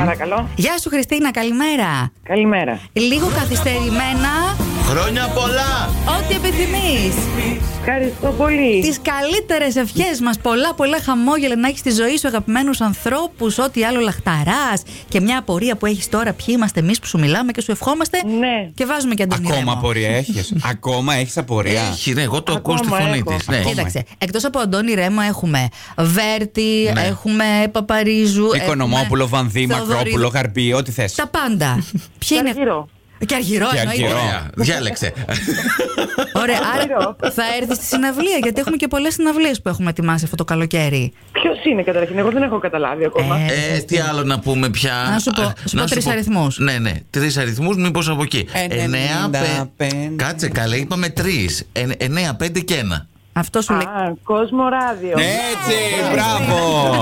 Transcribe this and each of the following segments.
Παρακαλώ. Γεια σου Χριστίνα, καλημέρα. Καλημέρα. Λίγο καθυστερημένα, Χρόνια πολλά! ό,τι επιθυμείς. Ευχαριστώ πολύ. Τις καλύτερες ευχές μας, πολλά πολλά χαμόγελα να έχεις στη ζωή σου αγαπημένους ανθρώπους, ό,τι άλλο λαχταράς και μια απορία που έχεις τώρα, ποιοι είμαστε εμείς που σου μιλάμε και σου ευχόμαστε Ναι. και βάζουμε και Αντωνία Ακόμα Ρέμο. απορία έχεις. Ακόμα έχεις απορία. Έχει, ναι, εγώ το ακούω στη Ακόμα φωνή έχω. της. Ναι. Κοίταξε, εκτός από Αντώνη Ρέμο έχουμε Βέρτη, Ναι. έχουμε Παπαρίζου, έχουμε Οικονομόπουλο, Βανδύ, Θεοδωρίδου. Μακρόπουλο, Χαρπή, ό,τι θες. Ε, Τα πάντα. Ποιοι είναι... Αργυρό. Και αργυρό, Και εννοείται. Αργυρό. Ωραία, διάλεξε. Ωραία, άρα Ωραίο. θα έρθει στη συναυλία, γιατί έχουμε και πολλές συναυλίες που έχουμε ετοιμάσει αυτό το καλοκαίρι. Ποιος είναι καταρχήν, εγώ δεν έχω καταλάβει ακόμα. Ε, ε, τι άλλο να πούμε πια. Να σου πω- Α, σου πω να τρεις αριθμούς. Ναι, ναι. Τρεις αριθμούς, μήπως από εκεί. Ε, Εννέα, πέ- 95. Κάτσε καλέ, είπαμε τρεις. Εννέα, πέντε και ένα. Αυτό σου λέει. Α, κόσμο ράδιο. Ναι, Έτσι, μπράβο!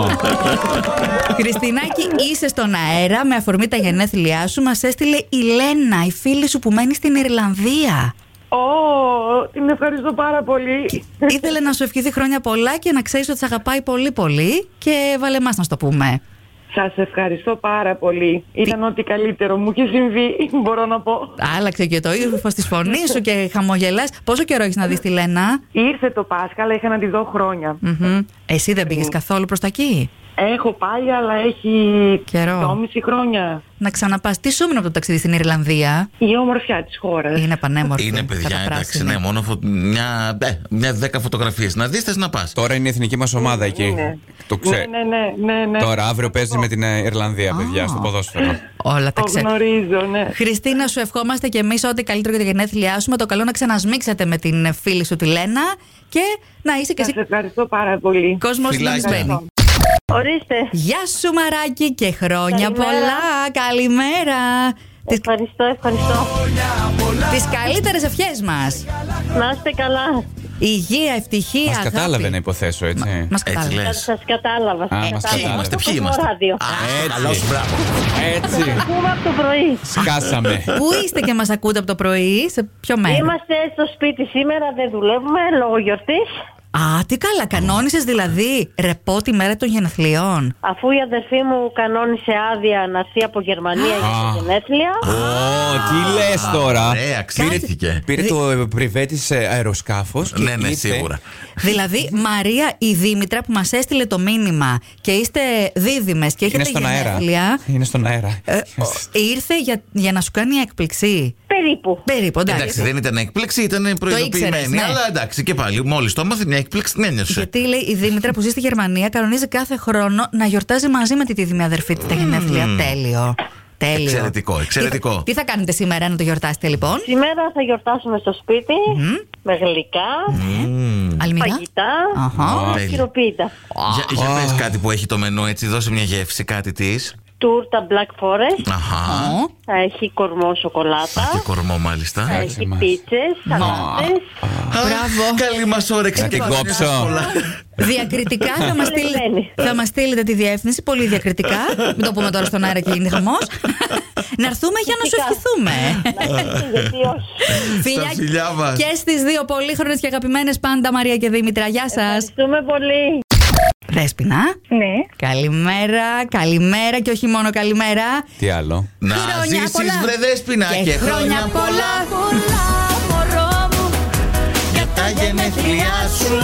Χριστινάκη, είσαι στον αέρα με αφορμή τα γενέθλιά σου. Μας έστειλε η Λένα, η φίλη σου που μένει στην Ιρλανδία. Ω, την ευχαριστώ πάρα πολύ. Ήθελε να σου ευχηθεί χρόνια πολλά και να ξέρεις ότι σε αγαπάει πολύ πολύ και βάλε εμάς να σου το πούμε. Σας ευχαριστώ πάρα πολύ. Ήταν ό,τι καλύτερο μου είχε συμβεί, μπορώ να πω. Άλλαξε και το ύφο της φωνής σου και χαμογελάς. Πόσο καιρό έχεις να δεις τη Λένα, Ήρθε το Πάσχα, αλλά είχα να τη δω χρόνια. Μμμ. Εσύ δεν Ε. πήγε καθόλου προς τα εκεί. Έχω πάει, αλλά έχει Καιρό. 2,5 χρόνια. Να ξαναπας. Τι σου έμεινε από το ταξίδι στην Ιρλανδία. Η ομορφιά της Ε. χώρας. Είναι πανέμορφη. Είναι παιδιά, εντάξει, καταπράσινη. ναι, μόνο φω- μια, ε, μια δέκα φωτογραφίες. Να δεις, θες να πας. Τώρα είναι η εθνική μας ομάδα Ε, εκεί. Είναι. Το Ναι, ξέρει. ναι, ναι, ναι, ναι. Τώρα, αύριο παίζεις με την ε, Ιρλανδία, παιδιά, στο ποδόσφαιρο. Όλα τα Το ξέρω. γνωρίζω, ναι. Χριστίνα, σου ευχόμαστε και εμείς ό,τι καλύτερο για τα γενέθλιά σου. Με το καλό να ξανασμίξετε με την φίλη σου τη Λένα και να είσαι και Σας εσύ ευχαριστώ πάρα πολύ. κόσμος Φιλάκια. συντονισμένη. Ορίστε. Γεια σου, Μαράκι, και χρόνια Καλημέρα. πολλά. Καλημέρα. Τις, Ευχαριστώ, ευχαριστώ. τις καλύτερες ευχές μας. Να είστε καλά. Υγεία, ευτυχία, Μας αγάπη. κατάλαβε να υποθέσω, έτσι. Μας Έτσι κατάλαβε. λες. Σας κατάλαβα. σας Α, μας κατάλαβα. Ποιοι κατάλαβε. είμαστε, ποιοι Το είμαστε. ράδιο. Α, Έτσι. καλός, μπράβο. Έτσι. Ακούμε από το πρωί. Σκάσαμε. Πού είστε και μας ακούτε από το πρωί, σε ποιο μέρος. Είμαστε στο σπίτι σήμερα, δεν δουλεύουμε λόγω γιορτής. Α, τι καλά, κανόνισες δηλαδή ρεπό τη μέρα των γενεθλίων. Αφού η αδερφή μου κανόνισε άδεια να έρθει από Γερμανία για Α. τα γενέθλια. Ω, τι λες τώρα. Ωραία, ξύριθηκε. Πήρε το ε, πριβέ τη αεροσκάφο. Ναι, ναι, σίγουρα. δηλαδή, Μαρία η Δήμητρα που μας έστειλε το μήνυμα και είστε δίδυμες και Είναι έχετε στον αέρα. γενέθλια. Είναι στον αέρα. ε, ο- ήρθε για, για να σου κάνει έκπληξη. Περίπου. Περίπου, εντάξει. Εντάξει, δεν ήταν έκπληξη, ήταν προειδοποιημένη. ήξερες, ναι. Αλλά εντάξει, και πάλι, μόλις το έμαθε, μια έκπληξη την ένιωσε. Γιατί λέει η Δήμητρα που ζει στη Γερμανία κανονίζει κάθε χρόνο να γιορτάζει μαζί με τη δίδυμη αδερφή της τα γενέθλια. Τέλειο. Τέλειο. Εξαιρετικό, εξαιρετικό. Τι θα, τι θα κάνετε σήμερα να το γιορτάσετε λοιπόν. Σήμερα θα γιορτάσουμε στο σπιτι με γλυκά, Αλμυρά. φαγητά, Αχα. Τέλεια. χειροποίητα. Για, για πες κάτι που έχει το μενού έτσι, δώσε μια γεύση κάτι της. Τούρτα Black Forest, Αχα. Ω. θα έχει κορμό Α, και σοκολάτα, κορμό θα μάλιστα. έχει πίτσες, σαλάτες, Μπράβο. Καλή μας όρεξη Να και την χρόνια σας κόψω. πολλά. Διακριτικά θα μας Καλεσμένη. στείλετε, θα μας στείλετε τη διεύθυνση, πολύ διακριτικά. Μην το πούμε τώρα στον αέρα και γίνει χαμός. να έρθουμε για να σου ευχηθούμε. Ναι. γιατί όχι. Τα φιλιά μας. και στις δύο πολύχρονες και αγαπημένες πάντα, Μαρία και Δήμητρα. Γεια σας. Ευχαριστούμε πολύ. Δέσπινα. Ναι, Καλημέρα, καλημέρα και όχι μόνο καλημέρα. Τι άλλο. Να Χρόνια ζήσεις πολλά. βρε δέσποινα Και, χρόνια πολλά, πολλά, μωρό μου. για τα γενέθλιά σου.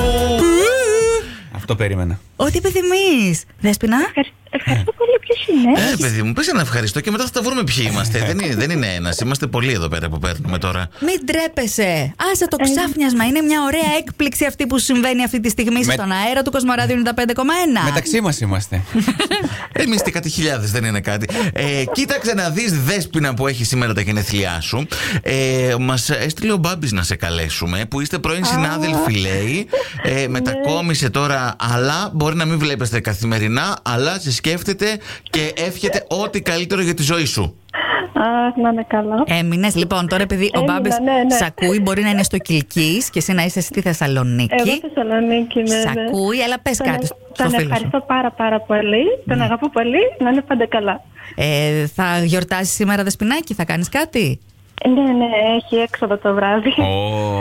Αυτό περίμενα. Ό,τι επιθυμείς. Δέσπινα. ευχαρισ- ευχαριστώ πολύ. Ποιος είναι, Ε, παιδί μου, πες ένα ευχαριστώ και μετά θα τα βρούμε ποιοι είμαστε. δεν, είναι, δεν είναι ένας, είμαστε πολλοί εδώ πέρα που παίρνουμε τώρα. Μην τρέπεσαι. Άσε το ξάφνιασμα. Είναι μια ωραία έκπληξη αυτή που συμβαίνει αυτή τη στιγμή Με- στον αέρα του Κοσμοράδιου 95,1. Μεταξύ μας είμαστε. Εμείς τι Ε, κάτι χιλιάδες δεν είναι κάτι. Ε, κοίταξε να δεις δέσπινα που έχει σήμερα τα γενέθλιά σου. Ε, Μας έστειλε ο Μπάμπης να σε καλέσουμε, που είστε πρώην συνάδελφοι, λέει. Ε, μετακόμισε τώρα, αλλά μπορεί να μην βλέπεστε καθημερινά, αλλά σε σκέφτεται και εύχεται ό,τι καλύτερο για τη ζωή σου. Α, να είναι καλά. Έμεινες λοιπόν τώρα, επειδή ο Έμεινα, Μπάμπης ναι, ναι. σ' ακούει, μπορεί να είναι στο Κυλκής και εσύ να είσαι στη Θεσσαλονίκη. Εγώ Θεσσαλονίκη, ναι. Σ' ναι. ακούει, αλλά πες Τον ε- κάτι στο Τον φίλο σου. Ναι. ευχαριστώ πάρα πάρα πολύ. Τον αγαπώ πολύ. Να είναι πάντα καλά. Ε, θα γιορτάσεις σήμερα, Δεσπινάκη, θα κάνεις κάτι. Ναι, ναι, έχει έξοδο το βράδυ. Ω,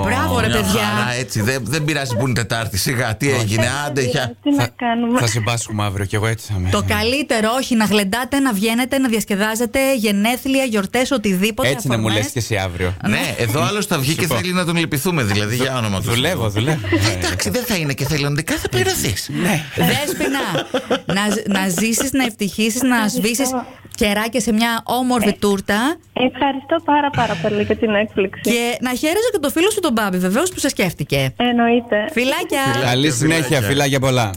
Μπράβο, ρε Μια παιδιά. χαρά, έτσι. Δεν, δεν πειράζει που είναι Τετάρτη. Σιγά, τι έγινε. Άντε, για. Τι να θα, κάνουμε. θα συμπάσχουμε αύριο κι εγώ έτσι θα με. Το καλύτερο, όχι να γλεντάτε, να βγαίνετε, να διασκεδάζετε, γενέθλια, γιορτές, οτιδήποτε. Έτσι να μου αφορμές. λες και εσύ αύριο. Ναι, εδώ άλλο θα βγει και Λοιπόν. θέλει να τον λυπηθούμε, δηλαδή για όνομα του. Δουλεύω, δουλεύω. Ε, Εντάξει, δεν θα είναι και θελοντικά, θα πληρωθείς. Ναι. Δέσποινα, να, ζ- να ζήσεις, να ευτυχήσει, να σβήσεις κεράκια σε μια Ε, όμορφη τούρτα Ευχαριστώ πάρα πάρα πολύ για την έκπληξη. και να χαίρεσαι και το φίλο σου τον Μπάμπη, βεβαίως που σε σκέφτηκε. Εννοείται. Φιλάκια! Καλή συνέχεια, φιλάκια. φιλάκια πολλά.